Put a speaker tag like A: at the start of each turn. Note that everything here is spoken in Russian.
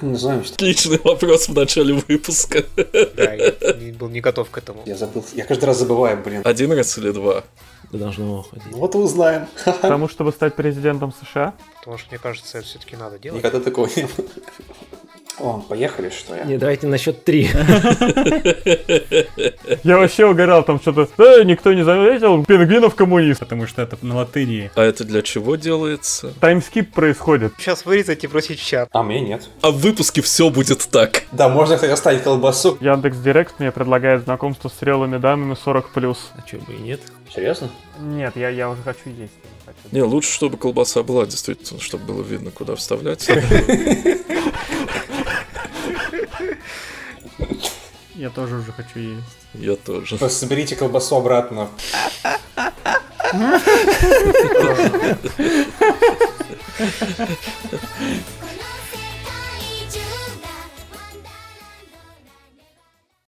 A: не знаю, что...
B: Отличный вопрос в начале выпуска.
C: Да, я не был не готов к этому.
A: Я забыл. Я каждый раз забываю, блин.
B: Один раз или два?
D: Должно уходить.
A: Ну вот и узнаем.
E: Потому чтобы стать президентом США?
C: Потому что, мне кажется, это все-таки надо делать.
A: Никогда такого не было. О, поехали, что я?
D: Не, давайте на счет три.
E: Я вообще угорал, там что-то, э, никто не заметил, пингвинов коммунист.
F: Потому что это на латыни.
B: А это для чего делается?
E: Таймскип происходит.
C: Сейчас вырезать и бросить в чат.
A: А мне нет.
B: А в выпуске все будет так.
A: Да, можно, кстати, оставить колбасу.
E: Яндекс Директ мне предлагает знакомство с зрелыми дамами 40+.
D: А чё бы и нет?
A: Серьезно?
E: Нет, я, я уже хочу есть. Хочу.
B: Не, лучше, чтобы колбаса была, действительно, чтобы было видно, куда вставлять.
F: Я тоже уже хочу есть.
B: Я тоже.
A: Просто соберите колбасу обратно.